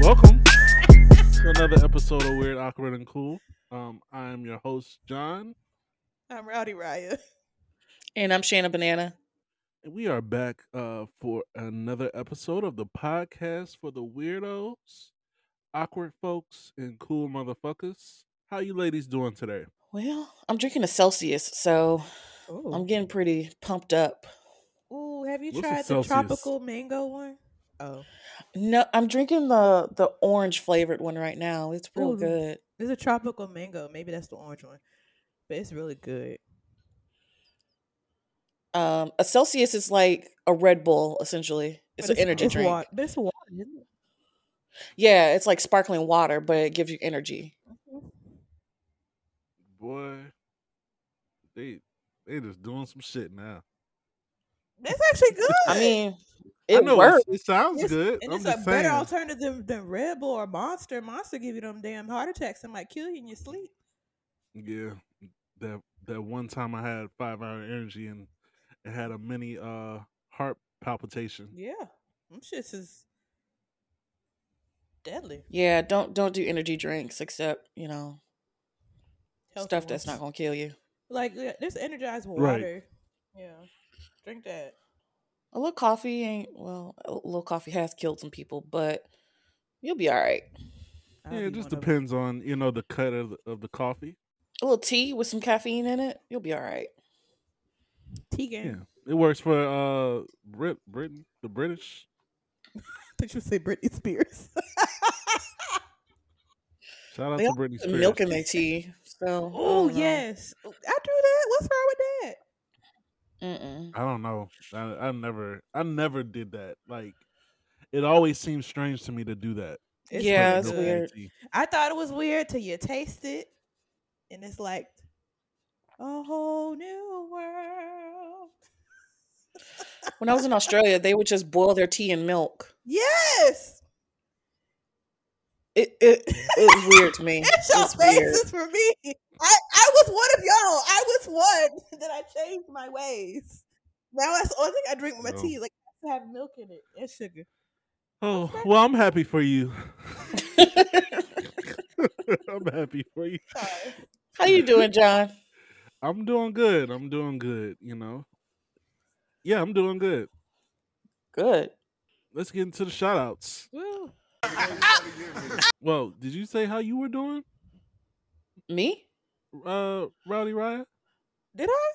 Welcome to another episode of Weird, Awkward, and Cool. Um, I am your host, John, I'm Rowdy Raya. And I'm Shanna Banana. and we are back uh, for another episode of the podcast for the weirdos, awkward folks, and cool motherfuckers. How you ladies doing today? Well, I'm drinking a Celsius, so I'm Oh, getting pretty pumped up. ooh, have you What's a tried the Celsius? tropical mango one? Oh, No, I'm drinking the the orange flavored one right now. It's real Ooh. good. there's a tropical mango. Maybe that's the orange one, but it's really good. Um, a Celsius is like a Red Bull, essentially. It's But an energy it's drink. wa- but it's water, isn't it? Yeah, it's like sparkling water, but it gives you energy. Mm-hmm. Boy, they they just doing some shit now. That's actually good. I mean, I it know works. it's- it sounds It's- good. and I'm it's a just better saying. alternative than, than Red Bull or Monster. Monster give you them damn heart attacks and might kill you in your sleep. Yeah, that that one time I had five hour energy and it had a mini uh heart palpitation. Yeah, them shits is deadly. Yeah, don't don't do energy drinks except you know Healthy stuff that's not ones. gonna kill you. like yeah, this energized water. Right. Yeah, drink that. A little coffee ain't well. A little coffee has killed some people, but you'll be all right. I'll Yeah, be it just one of 'em. depends on you know the cut of the, of the coffee. a little tea with some caffeine in it, you'll be all right. Tea Yeah. game. it works for uh Brit Britain, the British. Did you say Britney Spears? Shout out They to all Britney Some Spears. milk in their tea. So, I oh don't know. yes, I do that. What's wrong with that? Mm-mm. I don't know. I, I never, I never did that. Like, it always seems strange to me to do that. It's Yeah, really it's good. weird. I thought it was weird till you taste it, and it's like a whole new world. When I was in Australia, they would just boil their tea in milk. Yes, It it it was weird to me. it's It your was weird. faces for me. I I was one of y'all. I was one that I changed my ways. Now that's the only thing I drink with my No. tea. Like I have milk in it and sugar. Oh well, I'm happy for you. I'm happy for you. Sorry. How you doing, John? I'm doing good. I'm doing good. You know. Yeah, I'm doing good. Good. Let's get into the shout outs. Woo. Well, did you say how you were doing, Me? uh, Rowdy Riot? Did I?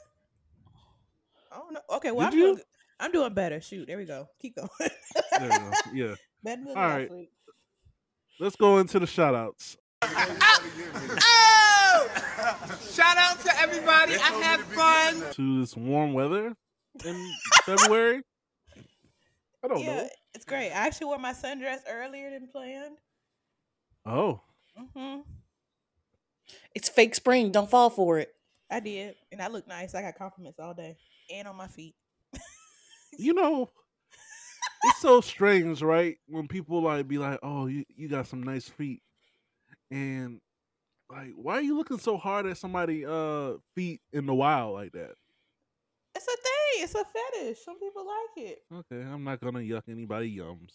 I don't know. Okay, well Did I'm you? doing I'm doing better. Shoot, there we go. Keep going. There we go. Yeah. better than All last right. week. Let's go into the shout outs. Oh! Shout out to everybody. I had fun. to this warm weather in February. I don't yeah, know. it's great. I actually wore my sundress earlier than planned. Oh, hmm It's fake spring. Don't fall for it. I did, and I look nice. I got compliments all day and on my feet. you know, it's so strange, right? When people like be like, "Oh, you, you got some nice feet," and like, why are you looking so hard at somebody' uh feet in the wild like that? It's a thing. It's a fetish. Some people like it. Okay, I'm not gonna yuck anybody yums.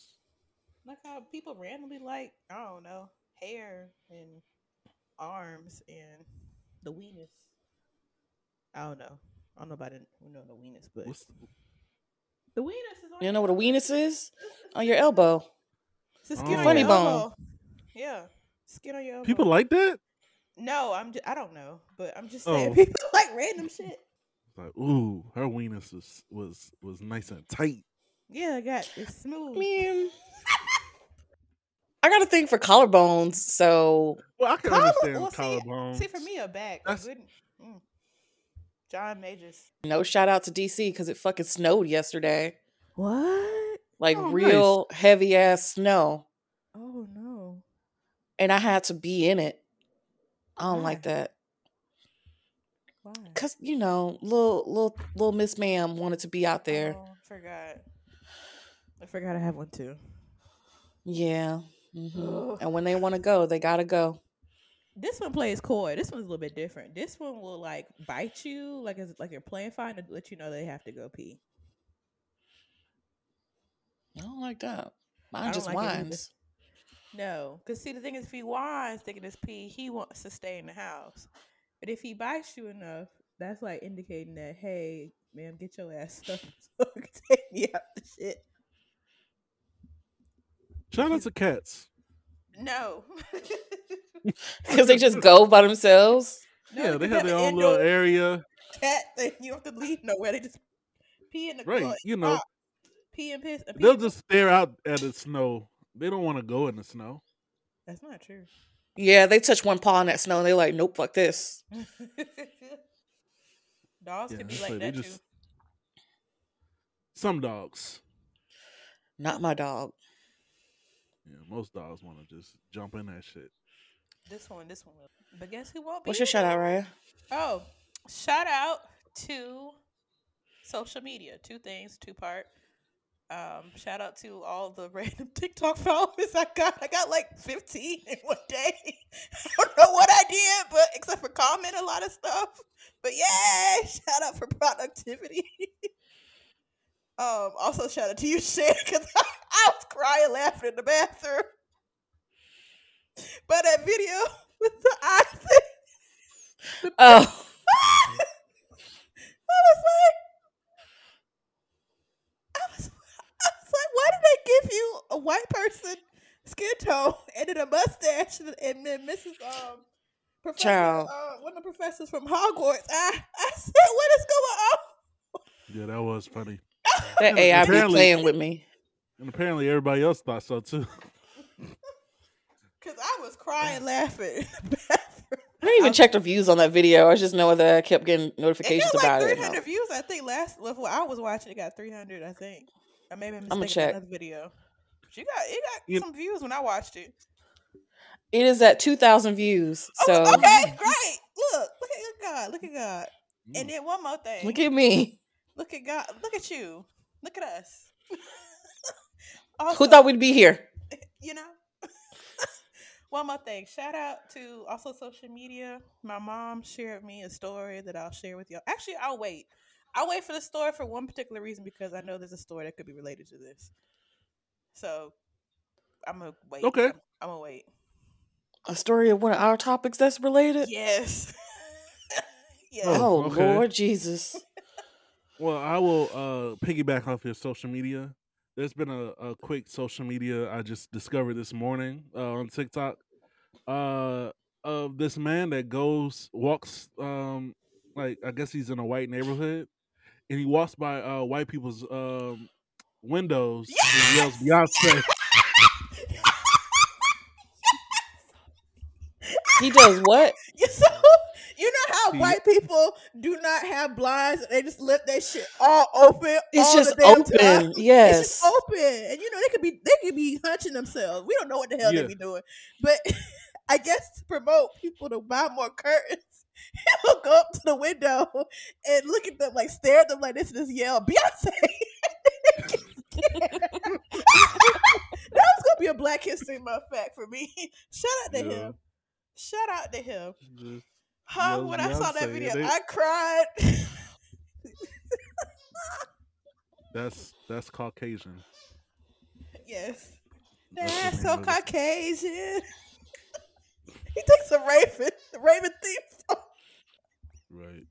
Like how people randomly like I don't know hair and arms and the weenus. I don't know. I don't know about it. We know the weenus, but What's the weenus is on You know what a your- weenus is? On your elbow. It's the Oh. skin on Funny your bone. elbow. Yeah, skin on your elbow. people like that? No, I'm. Just, I don't know, but I'm just saying Oh. people like random shit. Like, ooh, her weenus was was was nice and tight. Yeah, I got it's smooth. I mean, I got a thing for collarbones, so Well, I can Collar- understand well, see- collarbones. See, for me, a back. a That's- good- mm. John Majors. no shout out to DC because it fucking snowed yesterday. What? Like Oh, nice. real heavy ass snow. Oh no. and I had to be in it. I don't Why? like that Why? because you know, little little little Miss Ma'am wanted to be out there. Oh, I forgot. I forgot I have one too. Yeah, hmm Ugh. and when they want to go, they gotta go. This one plays coy. This one's a little bit different. This one will like bite you, like as like you're playing fine to let you know they have to go pee. I don't like that. I Mine don't just like it either. whines. No, because see, the thing is, if he whines thinking it's pee, he wants to stay in the house. But if he bites you enough, that's like indicating that, hey, ma'am, get your ass up so I can take me out the shit. Shout out to cats. No. because they just go by themselves. No, yeah, they because have that's their an own little indoor area. Cat thing. You don't have to leave nowhere. They just pee in the Right. car, you know, park, pee and piss. and pee they'll and- just stare out at the snow. They don't want to go in the snow. That's not true. Yeah, they touch one paw in that snow and they're like, nope, fuck this. Dogs Yeah, can be it's like like they that just- Some dogs. Not my dog. Yeah, most dogs want to just jump in that shit. too. This one, this one will. But guess who won't be? What's your shout out, Raya? Oh, shout out to social media. Two things, two part. Um, shout out to all the random TikTok followers I got. I got like 15 in one day. I don't know what I did, but except for comment a lot of stuff. But yeah, shout out for productivity. um, also shout out to you, Shan, because I, I was crying laughing in the bathroom. But that video with the eye thing. Oh, I was like, I was, I was like, why did they give you a white person skin tone and then a mustache and, and then Mrs. Um, professor, Child. uh, one of the professors from Hogwarts? I, I said, what is going on? Yeah, that was funny. that AI be Apparently- playing with me. And apparently everybody else thought so too. Because I was crying laughing in the bathroom. I didn't even check the views on that video. I just know that I kept getting Oh. It notifications got about like it. 300 views, I think. Last well, when I was watching, it got 300, I think. I maybe I'm I'ma mistaken check. another video. She got it got You- some views when I watched it. It is at 2,000 views. So Oh, okay, great. Look, look at God. Look at God. And then one more thing. look at me. look at God. Look at you. Look at us. Who Also, thought we'd be here? you know? one more thing. Shout out to also social media. My mom shared me a story that I'll share with y'all. Actually, I'll wait. I'll wait for the story for one particular reason because I know there's a story that could be related to this. So I'm gonna wait. Okay. I'm, I'm gonna wait. A story of one of our topics that's related? Yes. yes. Oh, Oh, okay. Lord Jesus. Well, I will uh piggyback off your social media. There's been a, a quick social media I just discovered this morning uh, on TikTok uh of this man that goes walks um like I guess he's in a white neighborhood and he walks by uh white people's um windows and yells Beyonce. He does what? You so you know how See? white people do not have blinds; they just let that shit all open. It's all just the damn time. open. It's Yes. just open, and you know they could be they could be hunching themselves. We don't know what the hell Yeah. they be doing, but I guess to promote people to buy more curtains, he'll go up to the window and look at them like stare at them like this and just yell Beyonce. that was gonna be a Black History Month fact for me. Shout out to Yeah. him. Shout out to him. Just- Huh? Yes, when I saw that Beyonce, video, they- I cried. that's that's Caucasian. yes. That's the That's name so of it. Caucasian. he takes a raven, the raven theme song. Right.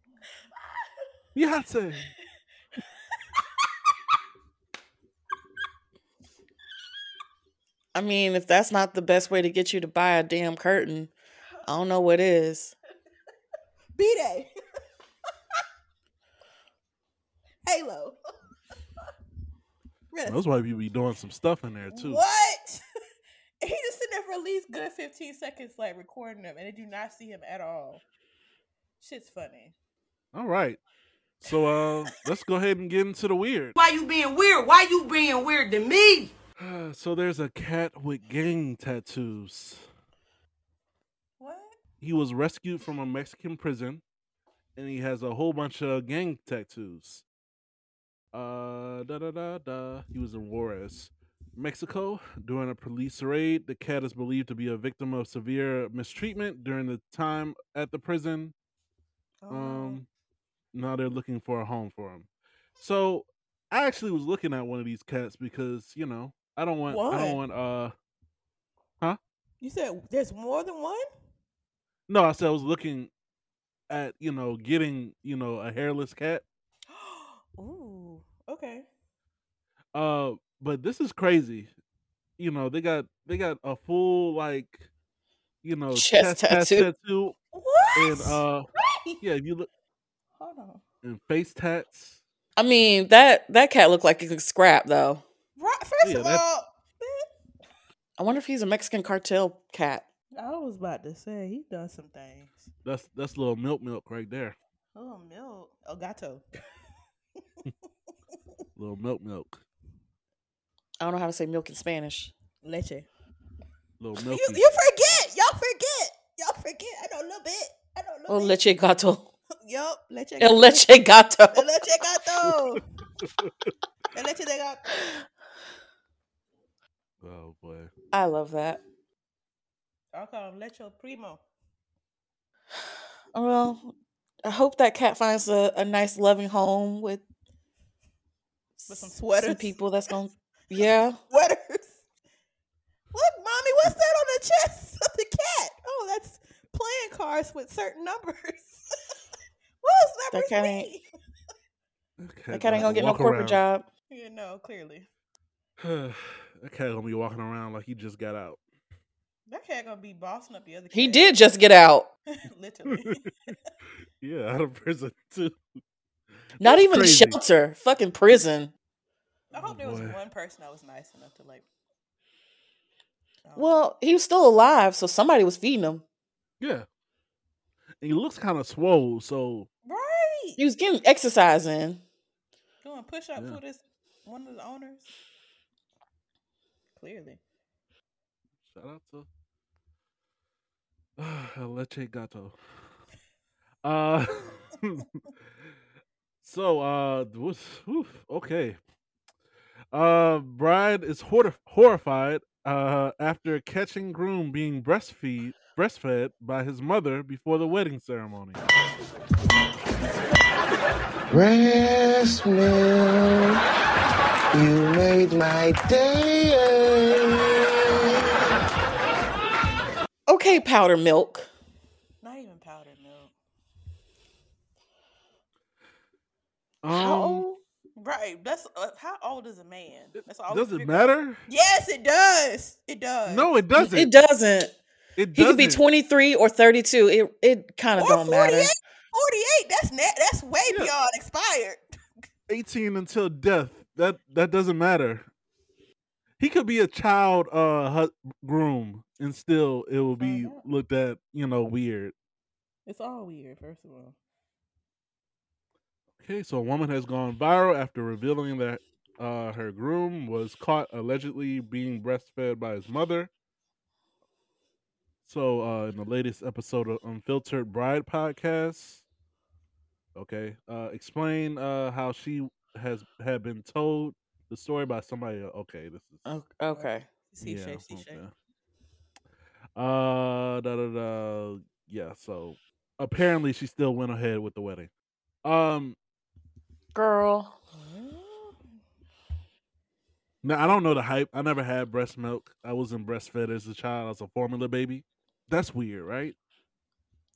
Beyonce. I mean, if that's not the best way to get you to buy a damn curtain, I don't know what is. B Day. Halo. Renaissance. Those white people be doing some stuff in there too. What? he just sitting there for at least good 15 seconds, like recording them, and they do not see him at all. Shit's funny. All right. So uh let's go ahead and get into the weird. Why you being weird? Why you being weird to me? So there's a cat with gang tattoos. What? He was rescued from a Mexican prison and he has a whole bunch of gang tattoos. Uh da da da da. He was in Juarez, Mexico. During a police raid, the cat is believed to be a victim of severe mistreatment during the time at the prison. Oh, my. Um, now they're looking for a home for him. So I actually was looking at one of these cats because you know I don't want I Why? don't want uh You said there's more than one? No, I said I was looking at you know getting you know a hairless cat. Ooh, okay. Uh, but this is crazy. You know they got they got a full like you know Chest tattoo. tattoo What? and uh yeah if you look Hold on. and face tats. I mean that that cat looked like it could scrap though. Right, first Yeah, of that- all, I wonder if he's a Mexican cartel cat. I was about to say he done some things. That's that's little milk milk right there. Oh, milk. Oh, gato. Little milk milk. I don't know how to say milk in Spanish. Leche. Little You, milk. you forget. Y'all forget. Y'all forget. I know a little bit. I know a Oh, little bit. leche gato. Yup. Leche. El leche gato. El leche gato. El leche de gato. Oh boy. I love that. I'll call him lecho primo. Oh, Well, I hope that cat finds a, a nice, loving home with, With some s- sweaters. people that's going to, yeah. Sweaters. Look, mommy, what's that on the chest of the cat? Oh, that's playing cards with certain numbers. What's That numbers cat ain't- mean? That cat ain't going to get no walk corporate around. job. You know, clearly. that cat gonna be walking around like he just got out. That cat gonna be bossing up the other cat. He did just get out. Literally. Yeah, out of prison too. Not That's even crazy. shelter. Fucking prison. I Oh, hope there was boy. one person that was nice enough to like. um, I don't know. Well, he was still alive, so somebody was feeding him. Yeah. And he looks kind of swole, so right? He was getting exercise in. doing push ups Yeah. for this one of the owners. Clearly, shout out to El Leche Gato. Uh, so uh, woof, woof, okay. Uh, bride is horti- horrified uh after catching groom being breastfeed breastfed by his mother before the wedding ceremony. Breast milk, you made my day. Okay, powder milk. not even powdered milk. How Um, old? Right? That's uh, how old is a man? That's all. we does it figure- matter? Yes, it does. It does. No, it doesn't. It It, doesn't. He doesn't. could be 23 or 32. It it kind of Or don't matter. 48. Forty-eight. That's net. That's way Yeah. beyond expired. 18 until death. That that doesn't matter. He could be a child uh hu- groom and still it will be Find out. looked at, you know, weird. It's all weird. First of all, Okay, so a woman has gone viral after revealing that uh her groom was caught allegedly being breastfed by his mother. So uh in the latest episode of Unfiltered Bride podcast, okay, uh explain uh how she has had been told the story by somebody el- okay, this is O- Okay. see shape, see okay. shape. Uh, da da da. Yeah. So apparently, she still went ahead with the wedding. Um, Girl. now I don't know the hype. I never had breast milk. I wasn't breastfed as a child. I was a formula baby. That's weird, right?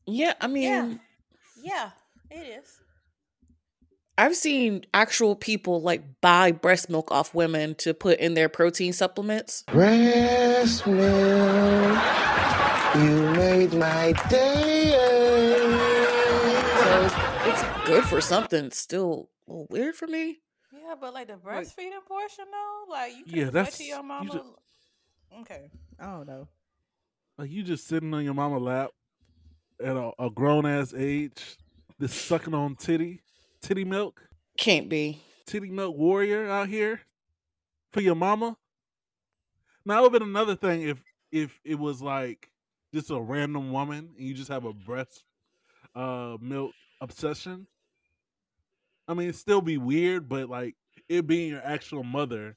Yeah, I mean, Yeah. Yeah, it is. I've seen actual people like buy breast milk off women to put in their protein supplements. Breast milk, you made my day. So it's, it's good for something. It's still a little weird for me. Yeah, but like the breastfeeding portion though, like you Yeah, can yeah, that's- to you ju- your mama. Okay, I don't know. Like you just sitting on your mama lap at a, a grown ass age, just sucking on titty, titty milk, Can't be. titty milk warrior out here for your mama. Now it would have been another thing if if it was like just a random woman and you just have a breast uh milk obsession. I mean it'd still be weird, but like it being your actual mother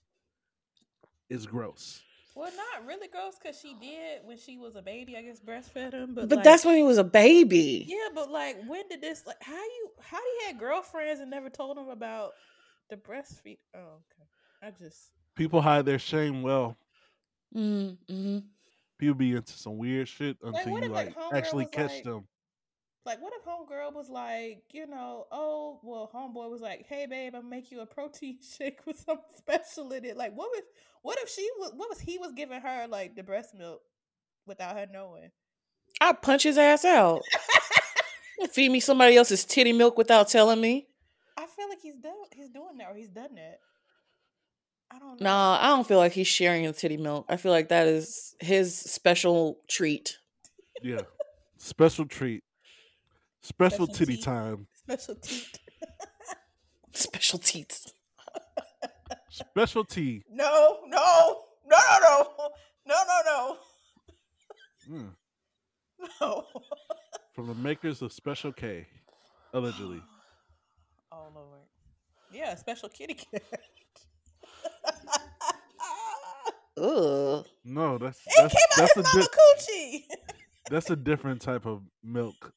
is gross. Well, not really gross because she did when she was a baby. I guess breastfed him, but But, like- that's when he was a baby. Yeah, but like, when did this? Like, how you? How do you had girlfriends and never told them about the breastfeed? Oh, okay. I just People hide their shame well. Mm-hmm. People be into some weird shit Like, until what you if, like, like homegirl actually was catch like- them. Like, what if homegirl was like, you know, oh, well, homeboy was like, hey, babe, I'll make you a protein shake with something special in it. Like, what was, what if she was, what was he was giving her, like, the breast milk without her knowing? I punch his ass out. Feed me somebody else's titty milk without telling me. I feel like he's done, he's doing that or he's done that. I don't know. Nah, I don't feel like he's sharing the titty milk. I feel like that is his special treat. Yeah. Special treat. Special, Special titty tea. time. Special teat. Special teats. Special tea. No, no, no, no, no, no, Mm. no, no. From the makers of Special K, allegedly. Oh Lord. Yeah, special kitty cat. Oh Ugh. No, that's it that's, came out that's a his di- mama coochie. that's a different type of milk,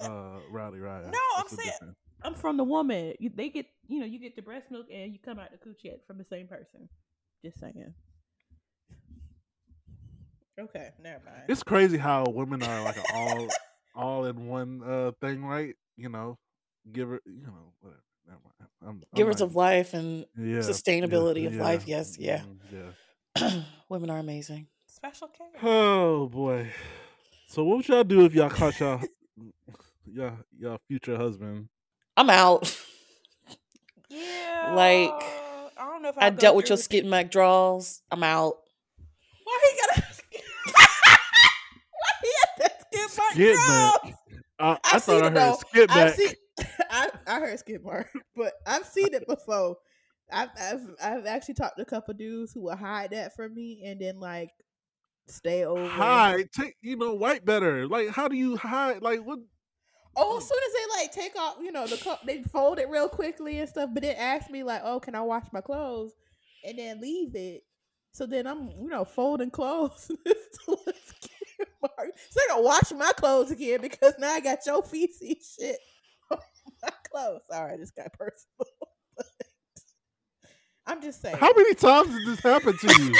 uh, Rowdy Ryan. No, I'm That's a saying- different- I'm from the woman. You, they get you know you get the breast milk and you come out the coochie at- from the same person. Just saying. Okay, never mind. It's crazy how women are like a all all in one uh thing, right? You know, giver, you know, whatever. Never mind. I'm- I'm Givers not- of life and yeah, yeah, sustainability of life, yes, yeah. mhm, yeah. women are amazing. special care. Oh boy. So what would y'all do if y'all caught y'all y'all y'all future husband? I'm out. Yeah. Like, I don't know if I I'll go dealt with through your skid mark draws. I'm out. Why he gotta? Why he had to skip mark? Skid No! mark. I, I thought I've seen I it heard though. skip I've back. seen, I, I heard skid mark, but I've seen it before. I've, I've I've actually talked to a couple dudes who will hide that from me and then like stay over. Hi, take you know white better. Like how do you hide? Like what? Oh, as soon as they like take off, you know, the cup, they fold it real quickly and stuff, but then ask me like, "Oh, can I wash my clothes?" and then leave it. So then I'm, you know, folding clothes. and it's still a skid mark. so I gotta wash my clothes again because now I got your feces shit on my clothes. Sorry, I just got personal. but I'm just saying. How many times did this happen to you?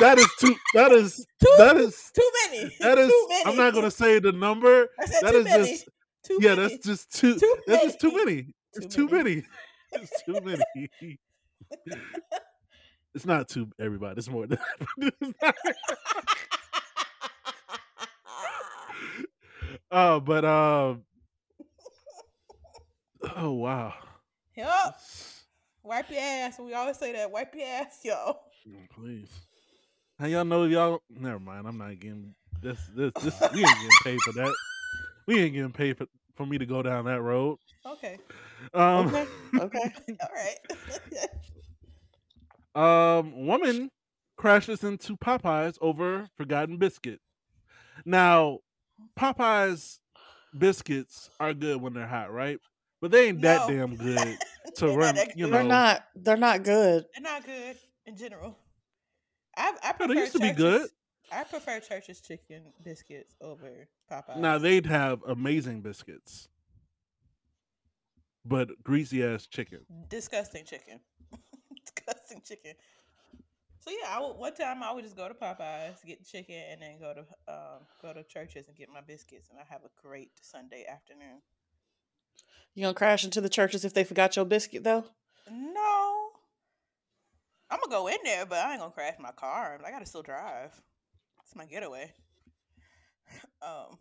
that is too. That is too, that is too many. that is. too many. I'm not gonna say the number. I said that too is many. just- too yeah, many. that's just too. Too that's just too many. many. It's Too too many. It's too many. it's not too everybody. It's more than. Oh, but um. Oh wow. Yup. Wipe your ass. We always say that. Wipe your ass, yo. Mm, Please. How y'all know y'all? Never mind. I'm not getting this. This. This. We ain't getting paid for that. We ain't getting paid for, for me to go down that road. Okay. Um. Okay. Okay. All right. Um. Woman crashes into Popeyes over forgotten biscuit. Now, Popeyes biscuits are good when they're hot, right? But they ain't that No. damn good to They're not run. that You good. know, They're not they're not good. They're not good in general. I I No, prefer they used to be Church's- good. I prefer Church's chicken biscuits over Popeyes. Now they'd have amazing biscuits, but greasy ass chicken. disgusting chicken. disgusting chicken. So yeah, I would, one time I would just go to Popeyes get the chicken and then go to um, go to Church's and get my biscuits and I have a great Sunday afternoon. You gonna crash into the churches if they forgot your biscuit though? No. I'm gonna go in there, but I ain't gonna crash my car. I gotta still drive. It's my getaway. Um,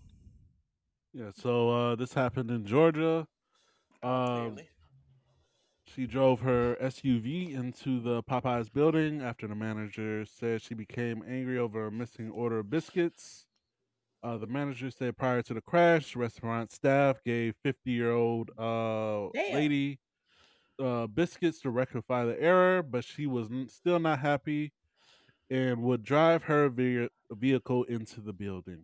Yeah, so uh, this happened in Georgia. Um, clearly. she drove her SUV into the Popeyes building after the manager said she became angry over a missing order of biscuits. Uh, the manager said prior to the crash, restaurant staff gave 50 year old uh, Damn. lady uh, biscuits to rectify the error, but she was n- still not happy and would drive her ve- vehicle into the building.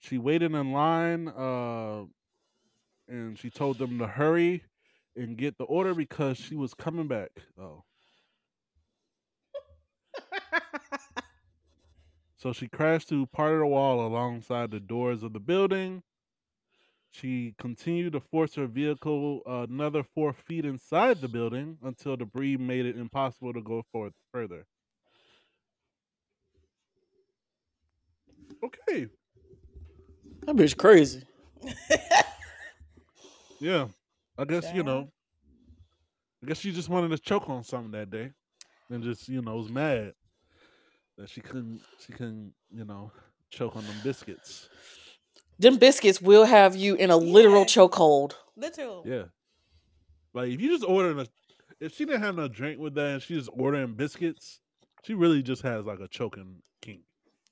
She waited in line uh, and she told them to hurry and get the order because she was coming back. Oh. so she crashed through part of the wall alongside the doors of the building. She continued to force her vehicle uh, another four feet inside the building until debris made it impossible to go forth further. Okay, That bitch crazy. yeah. I guess, you Damn. know, I guess she just wanted to choke on something that day and just, you know, was mad that she couldn't, she couldn't, you know, choke on them biscuits. Them biscuits will have you in a literal Yeah. chokehold. Literal. Yeah. Like if you just ordering a if she didn't have no drink with that and she's just ordering biscuits, she really just has like a choking kink.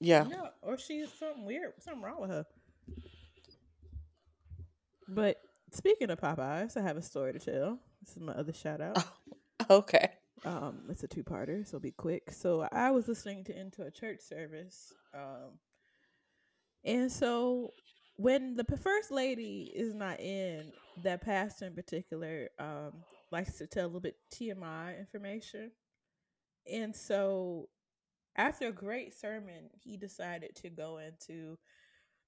Yeah. No, or she's something weird, something wrong with her. But speaking of Popeyes, I have a story to tell. This is my other shout out. Okay. Um, it's a two-parter, so be quick. So I was listening to into a church service, um, and so when the p- first lady is not in, that pastor in particular um, likes to tell a little bit TMI information, and so after a great sermon, he decided to go into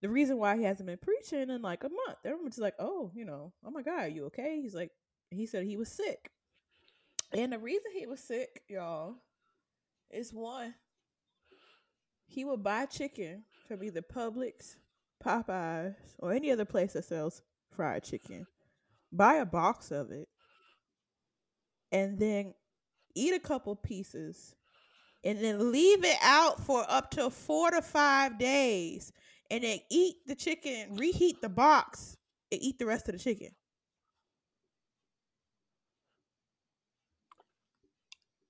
the reason why he hasn't been preaching in like a month. Everyone's like, "Oh, you know, oh my God, you okay?" He's like, he said he was sick. And the reason he was sick, y'all, is one, he would buy chicken from either Publix, Popeyes, or any other place that sells fried chicken, buy a box of it, and then eat a couple pieces, and then leave it out for up to four to five days, and then eat the chicken, reheat the box, and eat the rest of the chicken.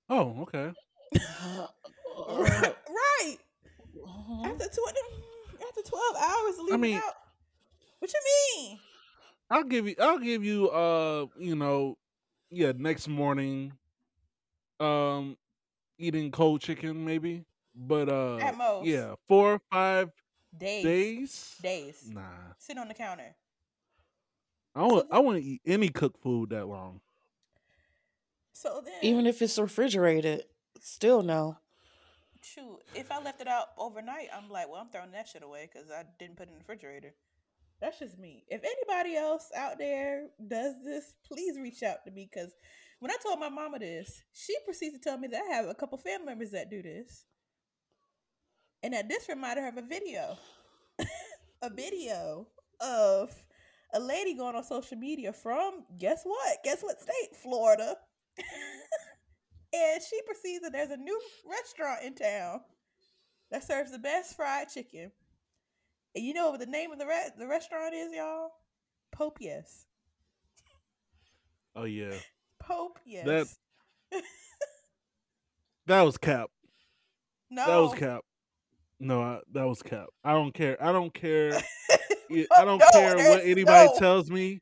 Oh, okay. right. After twenty, mm, after twelve hours, leaving Mm-hmm. mean- out. What you mean? I'll give you I'll give you uh, you know, yeah, next morning um eating cold chicken maybe. But uh At most. yeah, four or five Days, days, days. Nah. Sit on the counter. I don't I wouldn't eat any cooked food that long. So then, Even if it's refrigerated, still no. shoot, if I left it out overnight, I'm like, well, I'm throwing that shit away because I didn't put it in the refrigerator. That's just me. If anybody else out there does this, please reach out to me because when I told my mama this, she proceeds to tell me that I have a couple family members that do this, and that this reminded her of a video, a video of a lady going on social media from guess what? Guess what state? Florida. And she perceives that there's a new restaurant in town that serves the best fried chicken. And you know what the name of the re- the restaurant is, y'all? Pope Yes. Oh yeah. Pope Yes. That was cap. no. That was cap. No, I, that was cap. I don't care. I don't care. I- I Oh, don't no, care what there's anybody no- tells me.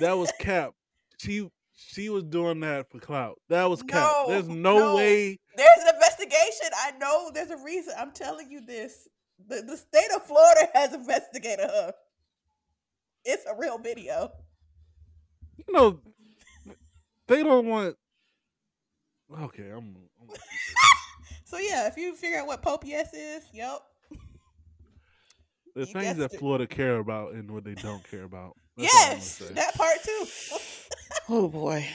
That was cap. She she was doing that for clout. That was cap. There's No, no, no. way. There's an investigation. I know there's a reason. I'm telling you this. The, the state of Florida has investigated her. It's a real video. You know, they don't want. Okay, I'm. I'm So yeah, if you figure out what Pope Yes is, yep. the You things guessed that it. Florida care about and what they don't care about. That's all I'm gonna yes, say. that part too. Oh boy.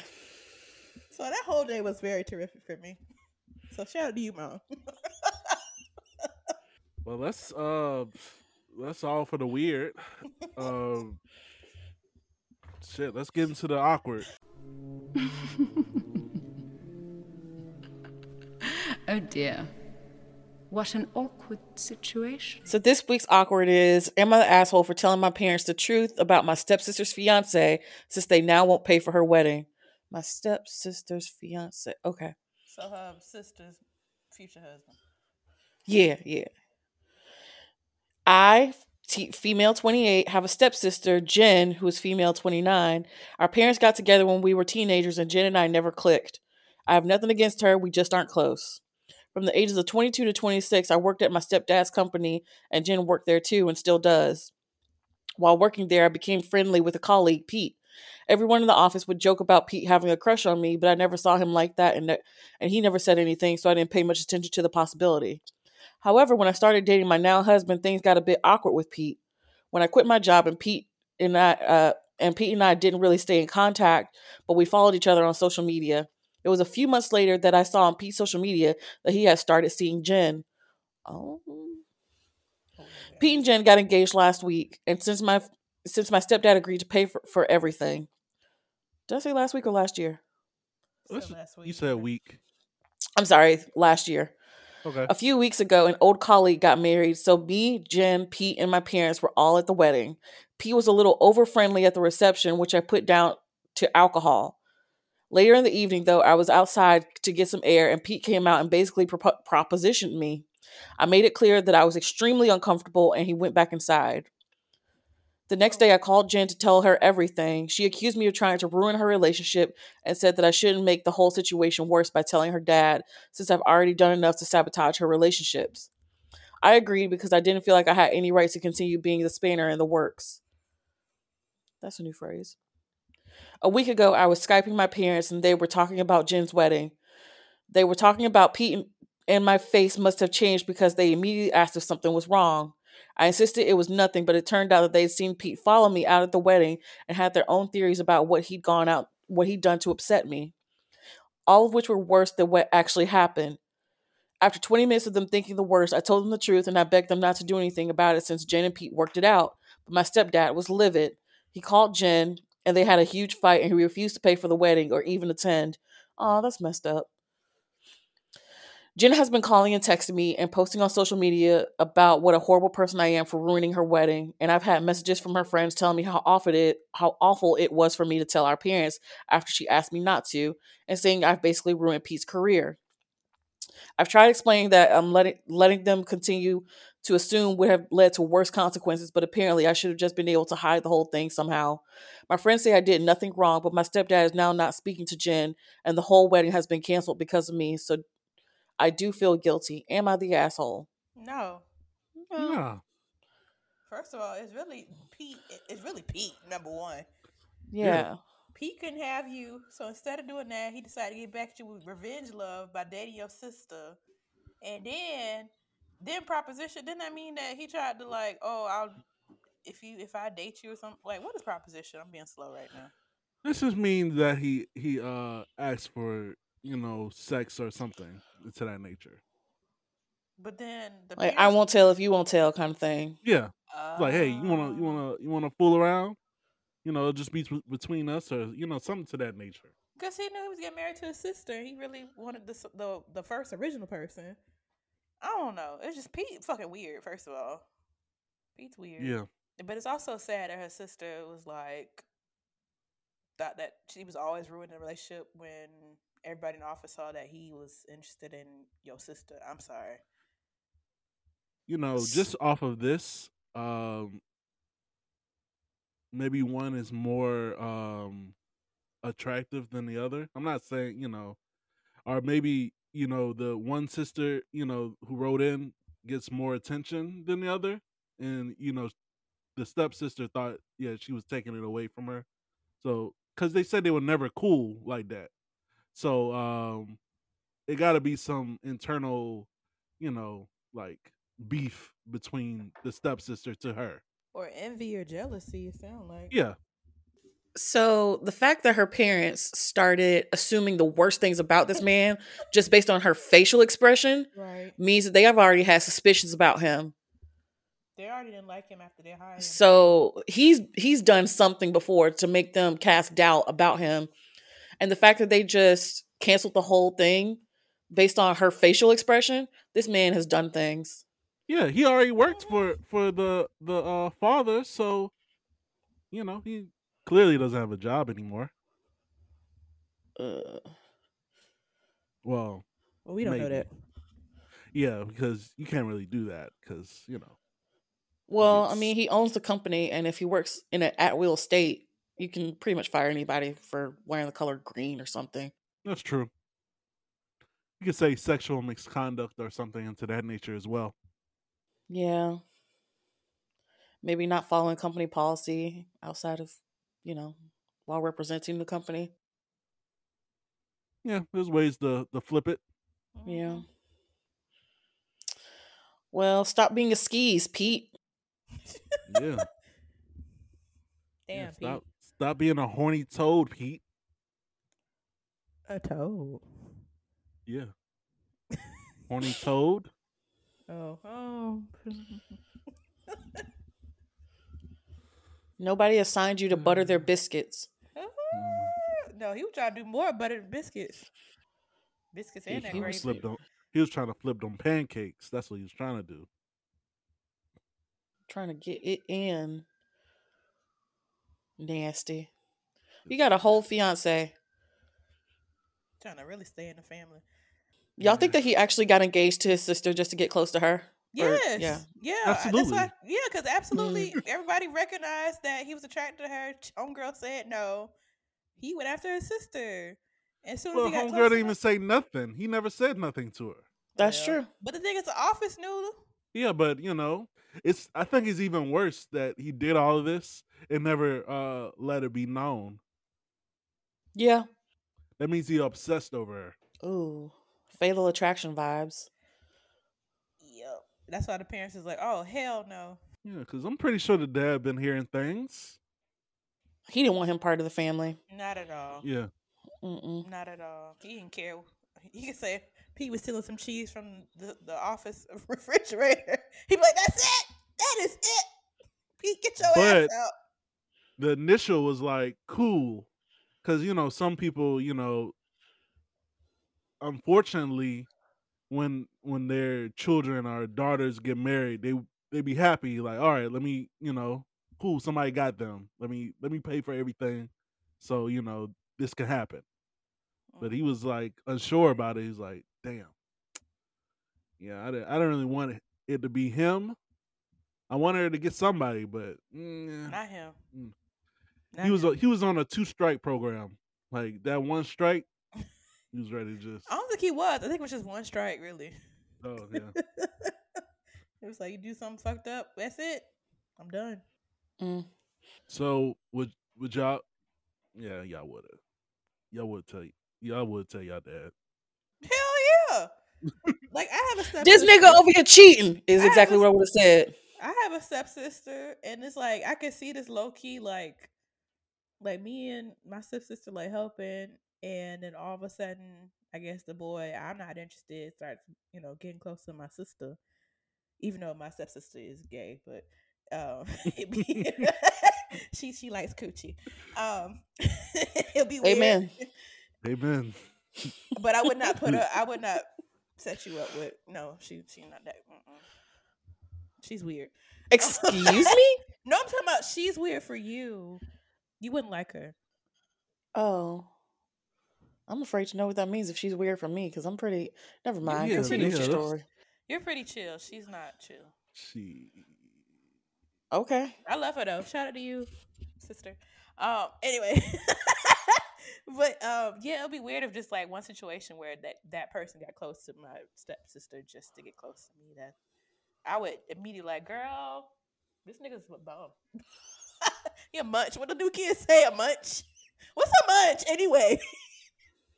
So that whole day was very terrific for me. So shout out to you, mom. Well, that's uh, that's all for the weird. Um, shit, let's get into the awkward. Oh dear. What an awkward situation. So this week's awkward is am I the asshole for telling my parents the truth about my stepsister's fiance since they now won't pay for her wedding? My stepsister's fiance. Okay. So her sister's future husband. Yeah, yeah. I, t- female 28, have a stepsister, Jen, who is female 29. Our parents got together when we were teenagers, and Jen and I never clicked. I have nothing against her, we just aren't close. From the ages of 22 to 26, I worked at my stepdad's company, and Jen worked there too and still does. While working there, I became friendly with a colleague, Pete. Everyone in the office would joke about Pete having a crush on me, but I never saw him like that, and, ne- and he never said anything, so I didn't pay much attention to the possibility. However, when I started dating my now husband, things got a bit awkward with Pete. When I quit my job and Pete and I uh, and Pete and I didn't really stay in contact, but we followed each other on social media. It was a few months later that I saw on Pete's social media that he had started seeing Jen. Oh, Oh, yeah. Pete and Jen got engaged last week, and since my since my stepdad agreed to pay for, for everything. Did I say last week or last year? Said Listen, last You week. said weak. I'm sorry, last year. Okay. A few weeks ago, an old colleague got married, so me, Jen, Pete, and my parents were all at the wedding. Pete was a little over friendly at the reception, which I put down to alcohol. Later in the evening, though, I was outside to get some air, and Pete came out and basically propo- propositioned me. I made it clear that I was extremely uncomfortable, and he went back inside. The next day, I called Jen to tell her everything. She accused me of trying to ruin her relationship and said that I shouldn't make the whole situation worse by telling her dad since I've already done enough to sabotage her relationships. I agreed because I didn't feel like I had any right to continue being the spanner in the works. That's a new phrase. A week ago, I was Skyping my parents and they were talking about Jen's wedding. They were talking about Pete and- and my face must have changed because they immediately asked if something was wrong. I insisted it was nothing, but it turned out that they'd seen Pete follow me out at the wedding and had their own theories about what he'd gone out, what he'd done to upset me all of which were worse than what actually happened. After 20 minutes of them thinking the worst, I told them the truth and I begged them not to do anything about it since Jen and Pete worked it out. But my stepdad was livid. He called Jen and they had a huge fight and he refused to pay for the wedding or even attend. Aw, that's messed up. Jen has been calling and texting me and posting on social media about what a horrible person I am for ruining her wedding, and I've had messages from her friends telling me how awful it how awful it was for me to tell our parents after she asked me not to, and saying I've basically ruined Pete's career. I've tried explaining that I'm letting letting them continue to assume would have led to worse consequences, but apparently I should have just been able to hide the whole thing somehow. My friends say I did nothing wrong, but my stepdad is now not speaking to Jen, and the whole wedding has been canceled because of me. So I do feel guilty. Am I the asshole? No. Well, Nah. First of all, it's really Pete. it- It's really Pete. Number one, Yeah. Pete couldn't have you, so instead of doing that, he decided to get back at you with revenge love by dating your sister, and then, then proposition. Didn't that mean that he tried to like, oh, I'll if you if I date you or something? Like, what is proposition? I'm being slow right now. This just means that he he uh asked for you know sex or something to that nature. But then the Like I parents- won't tell if you won't tell kind of thing. Yeah, it's like hey, you wanna you Oh. wanna you wanna fool around? You know, it'll just be tw- between us or you know something to that nature. Because he knew he was getting married to his sister. He really wanted the, s- the the first original person. I don't know. It's just Pete fucking weird, first of all. Pete's weird. Yeah, But it's also sad that her sister was like, thought that she was always ruining the relationship when everybody in the office saw that he was interested in your sister. I'm sorry. you know, just off of this, um, maybe one is more um attractive than the other. I'm not saying you know, or maybe you know the one sister you know who wrote in gets more attention than the other, and you know the stepsister thought yeah she was taking it away from her, so because they said they were never cool like that, so um it got to be some internal you know like beef between the stepsister to her. Or envy or jealousy, it sound like. Yeah, So the fact that her parents started assuming the worst things about this man just based on her facial expression Right. means that they have already had suspicions about him. They already didn't like him after they hired him. So he's he's done something before to make them cast doubt about him. And the fact that they just canceled the whole thing based on her facial expression, this man has done things. yeah. He already worked for for the the uh, father, so you know he clearly doesn't have a job anymore. Uh, Well, well, we don't know maybe. that. yeah, because you can't really do that because you know. well, I Yes. mean, he owns the company, and if he works in an at will state, you can pretty much fire anybody for wearing the color green or something. That's true. You could say sexual misconduct or something into that nature as well. Yeah. Maybe not following company policy outside of, you know, while representing the company. Yeah, there's ways to to flip it. Mm-hmm. Yeah. Well, stop being a skis, Pete. Yeah, Yeah, Damn, stop, stop being a horny toad, Pete. Pete. A toad. Yeah. horny toad. Oh, oh. Nobody assigned you to butter their biscuits. Mm-hmm. no, he was trying to do more butter than biscuits. Biscuits and that He was, gravy. flipped on, he was trying to flip them pancakes. That's what he was trying to do. Trying to get it in. Nasty. You got a whole fiance. Trying to really stay in the family. Y'all think that he actually got engaged to his sister just to get close to her? Or- Yes. yeah. Yeah. That's Absolutely. Mm. why, yeah, because absolutely everybody recognized that he was attracted to her. Own girl said no. He went after his sister. As soon Well, as he got homegirl close didn't even enough- say nothing. He never said nothing to her. That's true. But the thing is, the office knew. Yeah, but you know, it's. I think it's even worse that he did all of this and never uh, let it be known. Yeah. That means he obsessed over her. Ooh. Fatal attraction vibes. Yep. That's why the parents is like, oh hell no. Yeah, because I'm pretty sure the dad been hearing things. He didn't want him part of the family. Not at all. Yeah, Mm-mm. Not at all. He didn't care. He could say Pete was stealing some cheese from the, the office refrigerator. He'd be like, That's it. That is it. Pete, get your ass But- out. the initial was like cool, because you know some people, you know, unfortunately, when when their children or daughters get married, they they be happy like, all right, let me, you know, cool, somebody got them. Let me let me pay for everything, so you know this can happen. But he was like unsure about it. He's like, damn. Yeah, I didn't, I didn't really want it- it to be him. I wanted her to get somebody, but mm, Not him. Mm. Not he was him. a, he was on a two strike program. Like that one strike, he was ready to just. Oh. I don't think he was. I think it was just one strike, really. Oh yeah, It was like you do something fucked up. That's it. I'm done. So would would y'all? Yeah, y'all would have. Y'all would tell y- y'all would tell y'all dad. Hell yeah. like I have a stepsister. This nigga over here cheating is I exactly was- what I would have said. I have a stepsister, and it's like I can see this low key, like, like me and my stepsister like helping, and then all of a sudden, I guess the boy I'm not interested starts, you know, getting close to my sister, even though my stepsister is gay, but um, it be, she she likes coochie. Um, it'll be weird. Amen. Amen. But I would not put her. I would not set you up with. No, she she not that. Mm-mm. She's weird. Excuse me? No, I'm talking about she's weird for you. You wouldn't like her. Oh. I'm afraid to know what that means if she's weird for me because I'm pretty. Never mind. yeah, Continue with yeah, your that's- story. You're pretty chill. She's not chill. She. Okay. I love her though. Shout out to you, sister. Um. Anyway, but um. Yeah, it'll be weird if just like one situation where that that person got close to my stepsister just to get close to me. That I would immediately like, girl, this nigga's a bum. yeah, munch. What the new kids say? A munch. What's a munch anyway?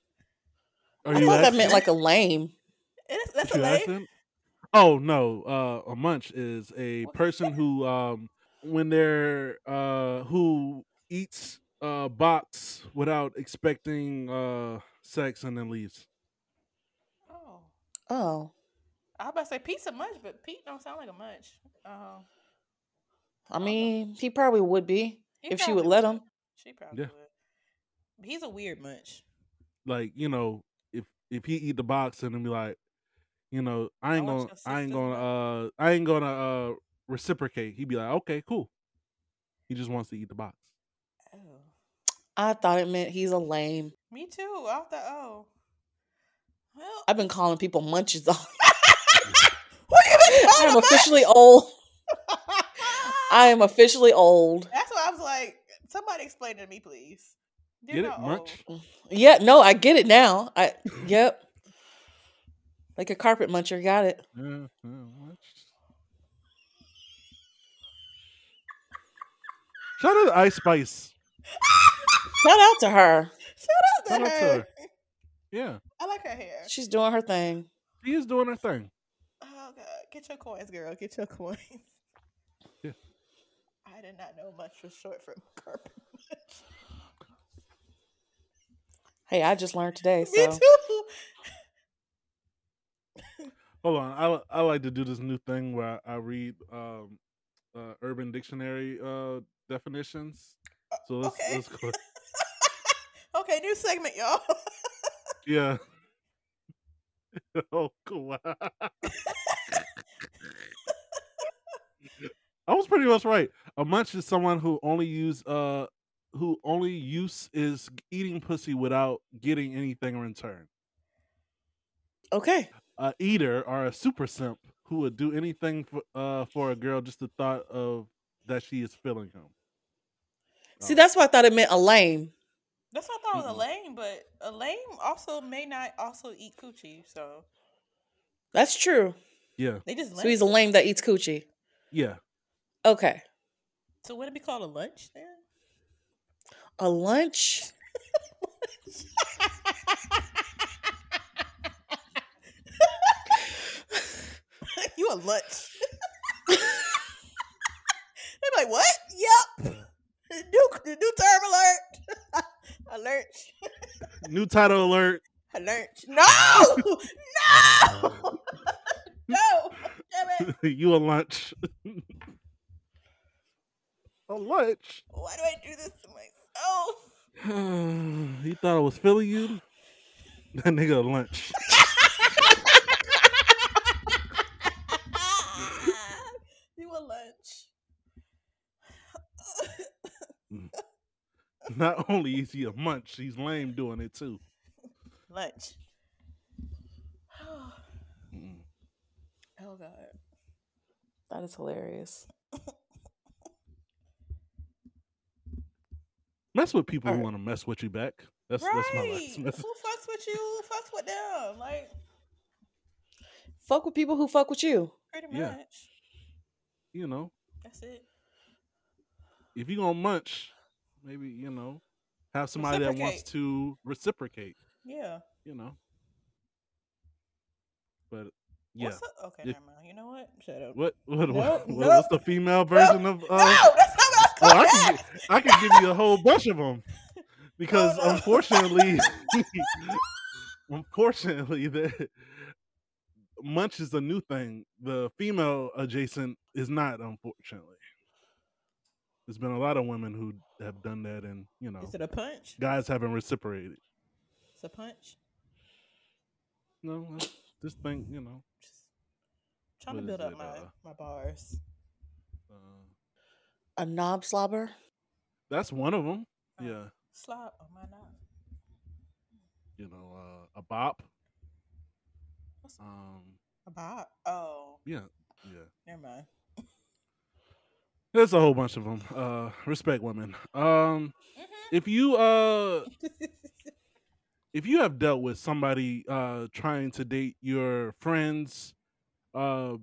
Are I you thought that laughing? meant like a lame. That's, that's a You lame. laughing? Oh no, uh, a munch is a person who, um, when they're uh, who eats uh, box without expecting uh, sex and then leaves. Oh. Oh. I was about to say pizza munch, but Pete don't sound like a munch. Um, I mean, he probably would be he if she probably would let him. She probably Yeah. would. He's a weird munch. Like you know, if if he eat the box and then be like, you know, I ain't want gonna, Oh, your I ain't sister's gonna, uh, I ain't gonna uh, reciprocate. He'd be like, okay, cool. He just wants to eat the box. Oh. I thought it meant he's a lame. Me too. I thought, oh. Well, I've been calling people munches all. who you been calling I'm a munch? officially old. I am officially old. That's why I was like, somebody explain to me, please. You're Get not it, old. munch? Yeah, no, I get it now. I yep. Like a carpet muncher, got it. Yeah, yeah, munch. Shout out to Ice Spice. Shout out to her. Shout Shout out out to to her. her. Yeah, I like her hair. She's doing her thing. she is doing her thing. Oh, God. Get your coins, girl. Get your coins. Yeah. I I did not know much was short for carpet. Hey, I just learned today. Me So too. Hold on, I li- I like to do this new thing where I, I read um, uh, Urban Dictionary uh, definitions. So let's Uh, okay. let's go. okay, new segment, y'all. Yeah. oh, cool. I was pretty much right. A munch is someone who only use uh who only use is g- eating pussy without getting anything in return. okay, A eater or a super simp who would do anything for uh for a girl just the thought of that she is feeling him. see Oh. that's why I thought it meant a lame. That's what I thought Mm-mm. was Elaine, but Elaine also may not also eat coochie, so That's true. Yeah, they just So he's a lame that eats coochie. yeah. Okay, So would it be called a lunch then? a lunch. you a lunch. They're like, what? Yep. New, new term alert. alert. New title alert. Alert. No! No! no! Damn it. you a lunch. a lunch. Why do I do this to myself? he thought I was feeling you. That nigga a lunch. Ah! you a lunch. Not only is he a munch, he's lame doing it too. lunch. oh god. That is hilarious. Mess with people who Alright. want to mess with you back. That's right. that's my last Who message. fucks with you? Who fucks with them? Like Fuck with people who fuck with you. pretty much. Yeah. You know, That's it. if you gonna munch, maybe you know, have somebody that wants Reciprocate. to reciprocate. Yeah. You know, but yeah, What's the- okay, If- never mind. You know what? Shut up. what what, Nope, what nope. what's the female version of? no, Uh, that's not what Oh, I I was can, calling. gi- I can give you a whole bunch of them because no. unfortunately, unfortunately, the munch is a new thing. The female adjacent is not. Unfortunately, there's been a lot of women who have done that, and you know, Is it a punch? guys haven't reciprocated. It's a punch. No, that's- this thing, you know, Just trying What to build is up it, my, uh, my bars. uh, A knob slobber. that's one of them. Oh. Yeah, Slop on my knob. you know, uh, a bop. What's Um, a bob? Oh, yeah, yeah. never mind. There's a whole bunch of them. Uh, respect women. Um, Mhm. if you uh if you have dealt with somebody uh trying to date your friends uh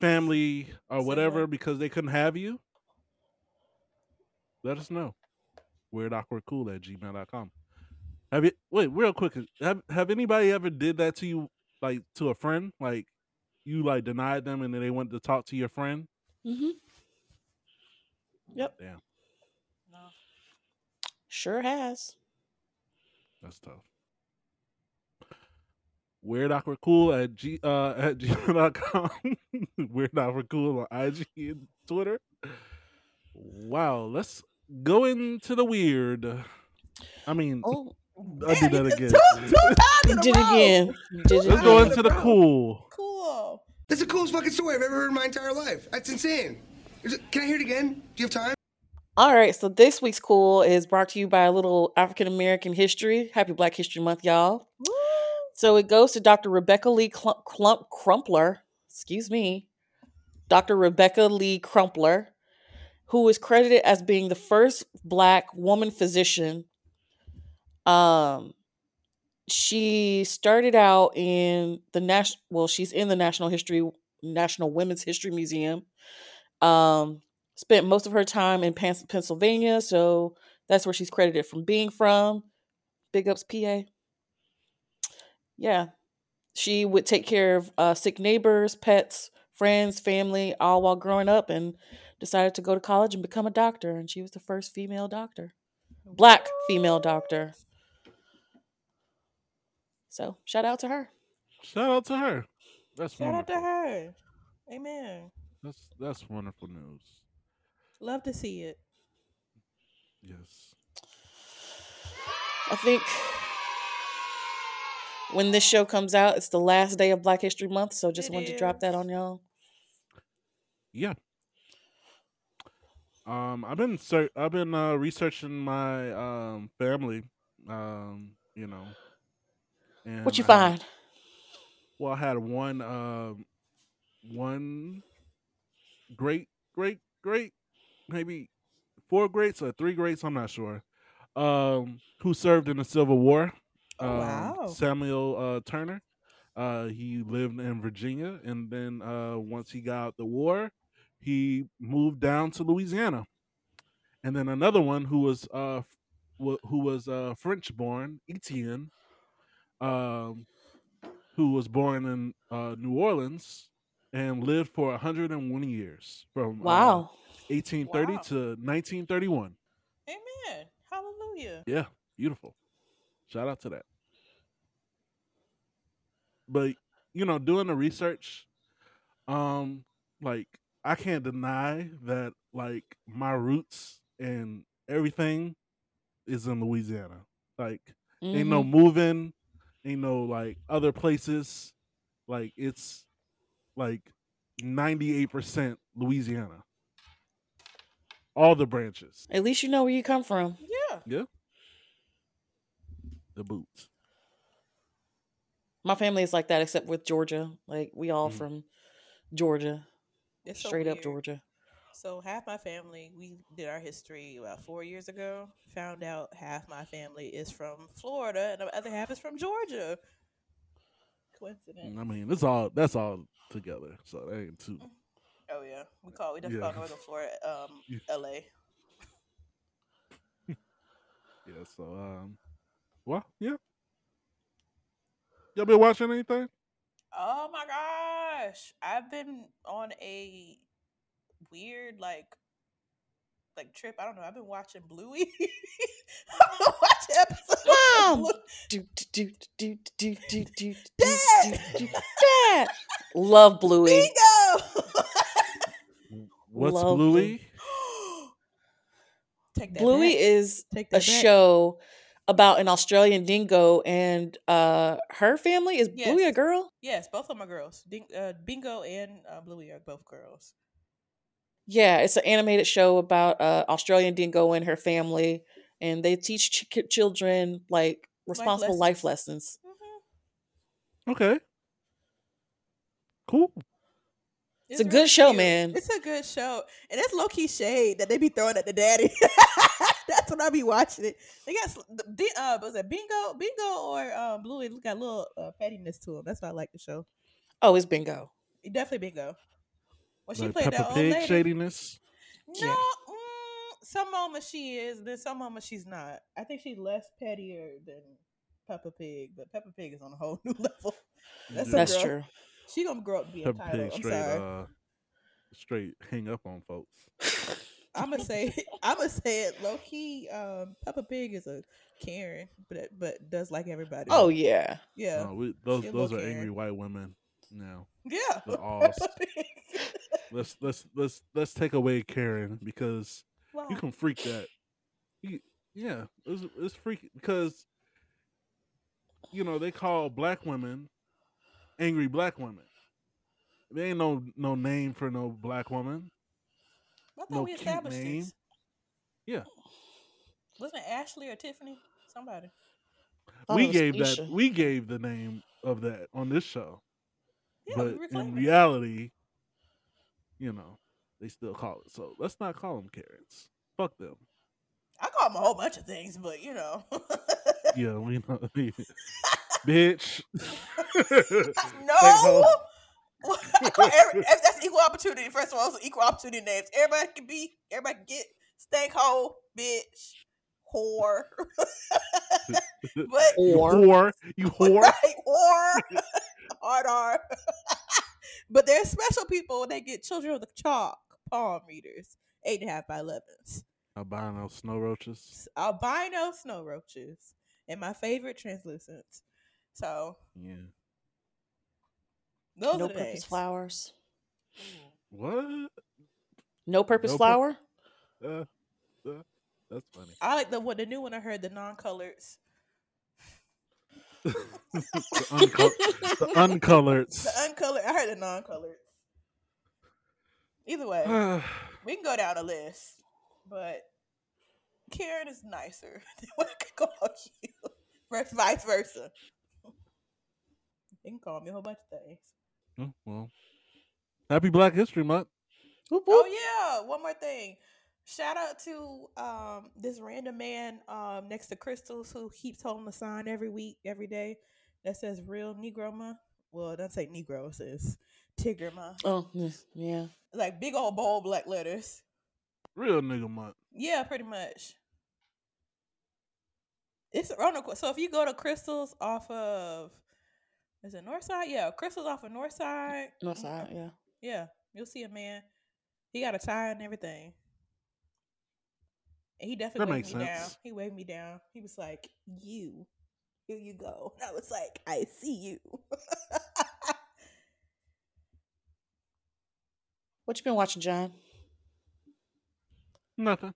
family or Single. whatever because they couldn't have you let us know weird awkward cool at gmail.com have you wait real quick have, have anybody ever did that to you like to a friend like you like denied them and then they went to talk to your friend Mm-hmm. Yep. damn no. Sure has. That's tough. Weird awkward cool at g uh at gmail.com. Weird awkward cool on IG and Twitter. Wow, let's go into the weird. I mean, Oh, I did Damn, that you again. did Two, two times in you a did it row. again. You Did it Let's go again. into the cool. Cool. That's the coolest fucking story I've ever heard in my entire life. That's insane. Is it- Can I hear it again? Do you have time? All right, so this week's cool is brought to you by a little African American history. Happy Black History Month, y'all. Woo. So it goes to Dr. Rebecca Lee Clump, Clump Crumpler, excuse me, Dr. Rebecca Lee Crumpler, who is credited as being the first black woman physician. Um, she started out in the national. Well, she's in the National History National Women's History Museum. Um, spent most of her time in Pens- Pennsylvania, so that's where she's credited from being from. Big ups, PA. Yeah. She would take care of uh, sick neighbors, pets, friends, family, all while growing up and decided to go to college and become a doctor, and she was the first female doctor, black female doctor. So shout out to her. Shout out to her. That's Shout out wonderful. to her. Amen. That's that's wonderful news. Love to see it. Yes. I think when this show comes out, it's the last day of Black History Month, so just It wanted to drop that is. on y'all. Yeah. Um, I've been ser- I've been uh, researching my um family, um, you know. And What you I had- find? well, I had one um, one great great great maybe four greats or three greats. I'm not sure. Um, who served in the Civil War? Oh, um, wow. Samuel uh, Turner. Uh, he lived in Virginia, and then uh, once he got out the war, he moved down to Louisiana. And then another one who was uh, f- wa- who was uh, French born, Etienne, um, who was born in uh, New Orleans and lived for 101 years from uh, Wow. 1830 Wow. to 1931. Amen. Hallelujah. Yeah, beautiful. Shout out to that. But you know, doing the research, um, like I can't deny that like my roots and everything is in Louisiana. Like ain't no Mm-hmm. Mhm. moving, ain't no like other places. Like it's like ninety eight percent Louisiana. All the branches, At least you know where you come from. Yeah. the boots. My family is like that, except with Georgia. Like we all Mhm. from Georgia, It's so straight up weird. Georgia. So half my family, we did our history about four years ago. Found out half my family is from Florida and the other half is from Georgia. Coincidence. I mean, it's all that's all together, so that ain't too. Oh yeah, we call we just Yeah. call Northern Florida, um, Yeah. L.A. Mm-hmm. Yeah, so um, well, yeah. Y'all been watching anything? Oh my gosh, I've been on a weird like like trip. I don't know. I've been watching Bluey. I've been watching episodes. Mom! Of Bluey. Do, do, do, do, do, do, do, do, do, Dad! do, Dad! Love Bluey. Bingo. What's Love Bluey? Take that Bluey back. is Take a that back. show about an Australian dingo and uh her family. Is Bluey a Yes. girl? Yes, both of them are girls. Ding, uh, Bingo and uh, Bluey are both girls. Yeah, it's an animated show about uh Australian dingo and her family, and they teach ch- ki- children like responsible life lessons. Mhm. Okay. Cool. It's a good show, man. It's a good show, and it's low key shade that they be throwing at the daddy. That's when I be watching it. They got sl- the- the uh, was it Bingo, Bingo, or um, Bluey? Got a little uh, pettiness to him. That's why I like the show. Oh, it's bingo. Definitely Bingo. When she Like played Peppa that old Pig lady, shadiness. No, mm, some moments she is, then some moments she's not. I think she's less pettier than Peppa Pig, but Peppa Pig is on a whole new level. That's a That's girl. true. She gonna grow up to be a Peppa title. Pig I'm straight sorry. uh straight hang up on folks. I'm gonna say I'm gonna say it low key. Um, Peppa Pig is a Karen, but but does like everybody. Oh yeah. yeah, No, Uh, we, those she a little those are angry Karen. white women now. yeah. They're all Peppa Pig. let's let's let's let's take away Karen because Wow. You can freak that. You, yeah, it's it's freaky because you know they call black women angry black women. There ain't no no name for no black woman. I thought no we cute established name. this. Yeah. Wasn't it Ashley or Tiffany? Somebody. Oh, Thought it we was gave that Keisha. we gave the name of that on this show, Yeah, we but in reclaimed it. reality, you know, they still call it. So let's not call them Karens. Fuck them. I call him a whole bunch of things, but you know, Yeah, we know. Bitch. no. hoe. I call every, ev- that's equal opportunity. First of all, it's equal opportunity names. Everybody can be. Everybody can get stank hole, bitch, whore. but You Or- whore. You whore. right, whore, hard R. but they're special people when they get children of the chalk palm readers, eight and a half by elevens, Albino snow roaches. s- albino snow roaches, and my favorite translucents. So Yeah. those no are the purpose names. flowers. What? No purpose No pur- flower. Uh, uh, that's funny. I like the what the new one I heard the non colors, The, unco- the uncoloreds. the uncolored. I heard the non colored. Either way, we can go down a list, but Karen is nicer than what I could call you, versus vice versa. You can call me a whole bunch of things. Oh, well, happy Black History Month. Whoop, whoop. Oh yeah, one more thing. Shout out to um, this random man um, next to Crystals who keeps holding a sign every week, every day that says "Real Negro Month." Well, it doesn't say Negro; it says Tigger Month. Oh, yes, yeah. Like big old bold black letters. Real nigga month. Yeah, pretty much. It's on the, so if you go to Crystals off of is it North Side? Yeah, Crystals off of North Side. No side. Yeah. Yeah, you'll see a man. He got a tie and everything. And he definitely That waved makes me down. sense. He waved me down. He was like, "You, here you go." And I was like, "I see you." What you been watching, John? Nothing.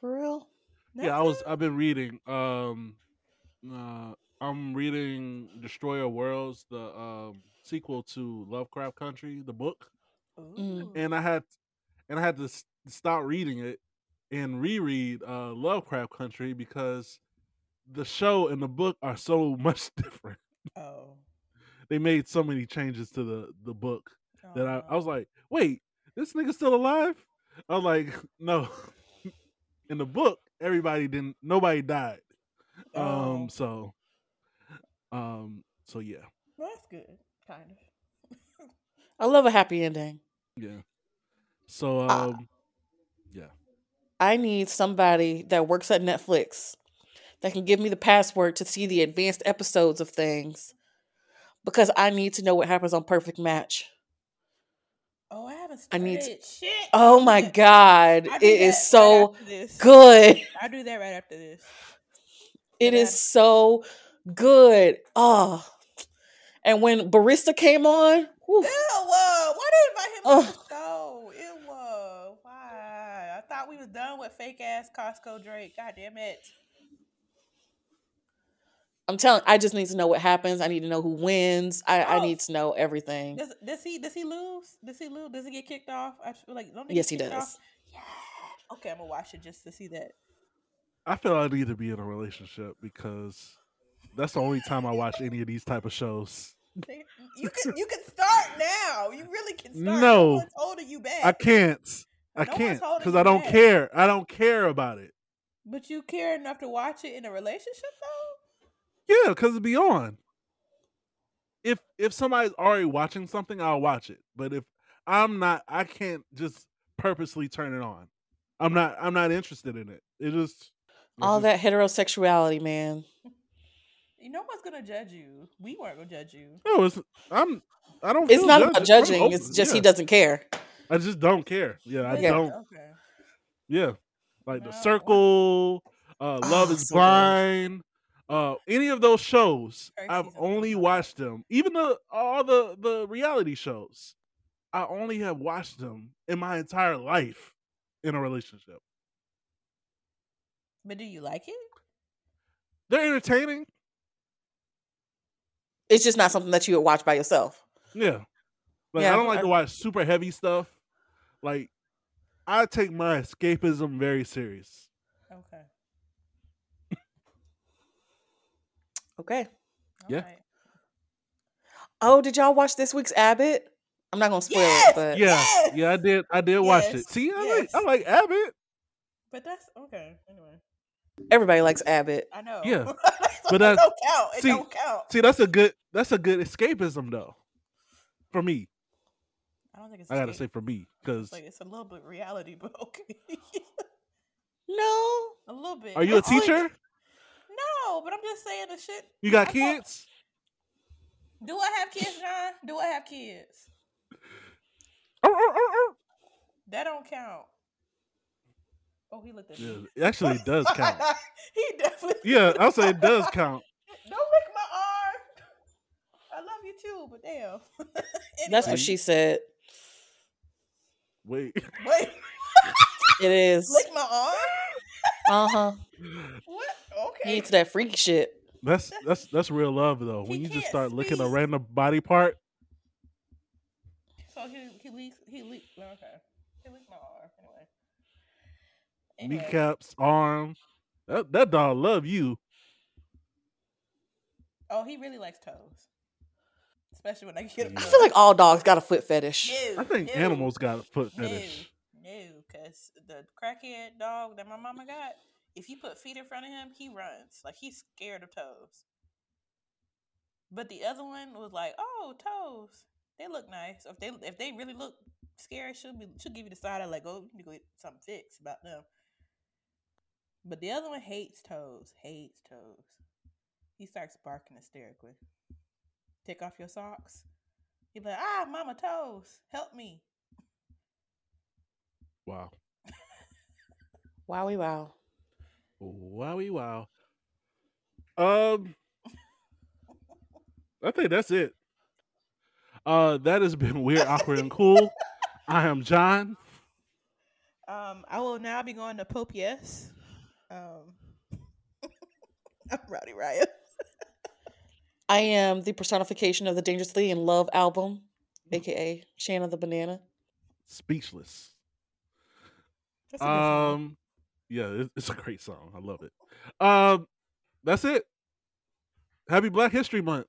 For real? Yeah, I was. Nothing? I've been reading. Um, uh, I'm reading Destroyer Worlds, the um sequel to Lovecraft Country, the book, Mm. Ooh. and I had, and I had to s- stop reading it and reread uh Lovecraft Country because the show and the book are so much different. oh, They made so many changes to the the book that I, I oh. was like, wait, this nigga still alive? I was like, no. In the book, everybody didn't nobody died. Oh. Um so um so yeah. Well, Oh, that's good, kind of. I love a happy ending. Yeah. So um Ah. I need somebody that works at Netflix that can give me the password to see the advanced episodes of things because I need to know what happens on Perfect Match. Oh, I haven't I started need to- shit. Oh I'll my do that- God. I'll do It that is right so after this. good. I'll do that right after this. It Yeah. is so good. Oh. And when Barista came on, whew, Ew, whoa. Why did invite him Ugh. to the show? Ew, whoa. Why? I thought we was done with fake ass Costco Drake. God damn it. I'm telling I just need to know what happens. I need to know who wins. I, Oh. I need to know everything. Does, does he does he lose? Does he lose? Does he get kicked off? I feel like don't Yes, he get kicked does. Off? Yeah. Okay, I'm gonna watch it just to see that. I feel I need to be in a relationship because that's the only time I watch any of these type of shows. You can you can start now. You really can start. No. no one's holding you back. I can't. I Eh, No one's can't holding because you I don't back. care. I don't care about it. But you care enough to watch it in a relationship though. Yeah, because it'd be on. If if somebody's already watching something, I'll watch it. But if I'm not, I can't just purposely turn it on. I'm not. I'm not interested in it. It just All that heterosexuality, man. You know what's gonna judge you. We weren't gonna judge you. No, it's I'm. I don't. It's feel not judged. about I'm judging. It's open. just he Yeah, doesn't care. I just don't care. Yeah, I Yeah, don't. Okay. Yeah, like the No. circle, uh, Love Oh, is so good. Blind, uh, any of those shows. First I've season was only fun. watched them. Even the all the the reality shows, I only have watched them in my entire life in a relationship. But do you like it? They're entertaining. It's just not something that you would watch by yourself. Yeah, like Yeah, I don't like I- to watch super heavy stuff. Like I take my escapism very serious. Okay. Okay. Yeah. Alright. Oh, did y'all watch this week's Abbott? I'm not gonna spoil Yes! it, but Yeah, Yes! yeah, I did. I did watch Yes, it. See, I like I yes. like Abbott. But that's okay. Anyway, everybody likes Abbott. I know. Yeah. But but that's- it don't count. It see- don't count. See, that's a good that's a good escapism though. For me, I don't think it's. I gotta say escape. for me because It's like it's a little bit reality, but okay, No. a little bit. are you a That's all it- teacher? No, but I'm just saying the shit. You got I thought- kids? Do I have kids, John? Do I have kids? Arr, arr, arr, arr. That don't count. Oh, he looked at Yeah, me. it actually does count. he definitely. Yeah, I'll say it does count. Don't lick my arm. I love you too, but damn. That's Anyway, what she said. Wait. Wait, It is. lick my arm. Uh huh. What? He Okay. into that freaky shit. That's that's that's real love though. When He you just can't start licking a speak. random body part, So he he leaks he leaks. No, okay. He leaked my arm anyway. Anyway, kneecaps, arm. That that dog love you. oh, he really likes toes, especially when I get. Yeah. I feel like all dogs got a foot fetish. No, I think no, animals got a foot fetish. No, no, because the crackhead dog that my mama got, if you put feet in front of him, he runs like he's scared of toes. But the other one was like, "Oh, toes, they look nice. If they if they really look scary, she'll be she'll give you the side of like, oh, you need to go get something fixed about them." But the other one hates toes, hates toes. He starts barking hysterically. Take off your socks. He's like, ah, mama toes, help me. Wow. Wowie wow. Wowie wow. Um I think that's it. Uh that has been weird, awkward, and cool. I am John. Um, I will now be going to Pope Yes. Um, I'm Rowdy Riot. I am the personification of the Dangerously in Love album, aka Shanna the Banana. Speechless. That's a good song. Um yeah, it- it's a great song. I love it. Um that's it. Happy Black History Month.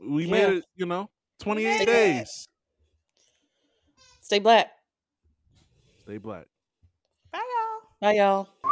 We made Yeah. it, you know, 28 made it. days. Stay black. Stay black. Bye, y'all. Bye, y'all.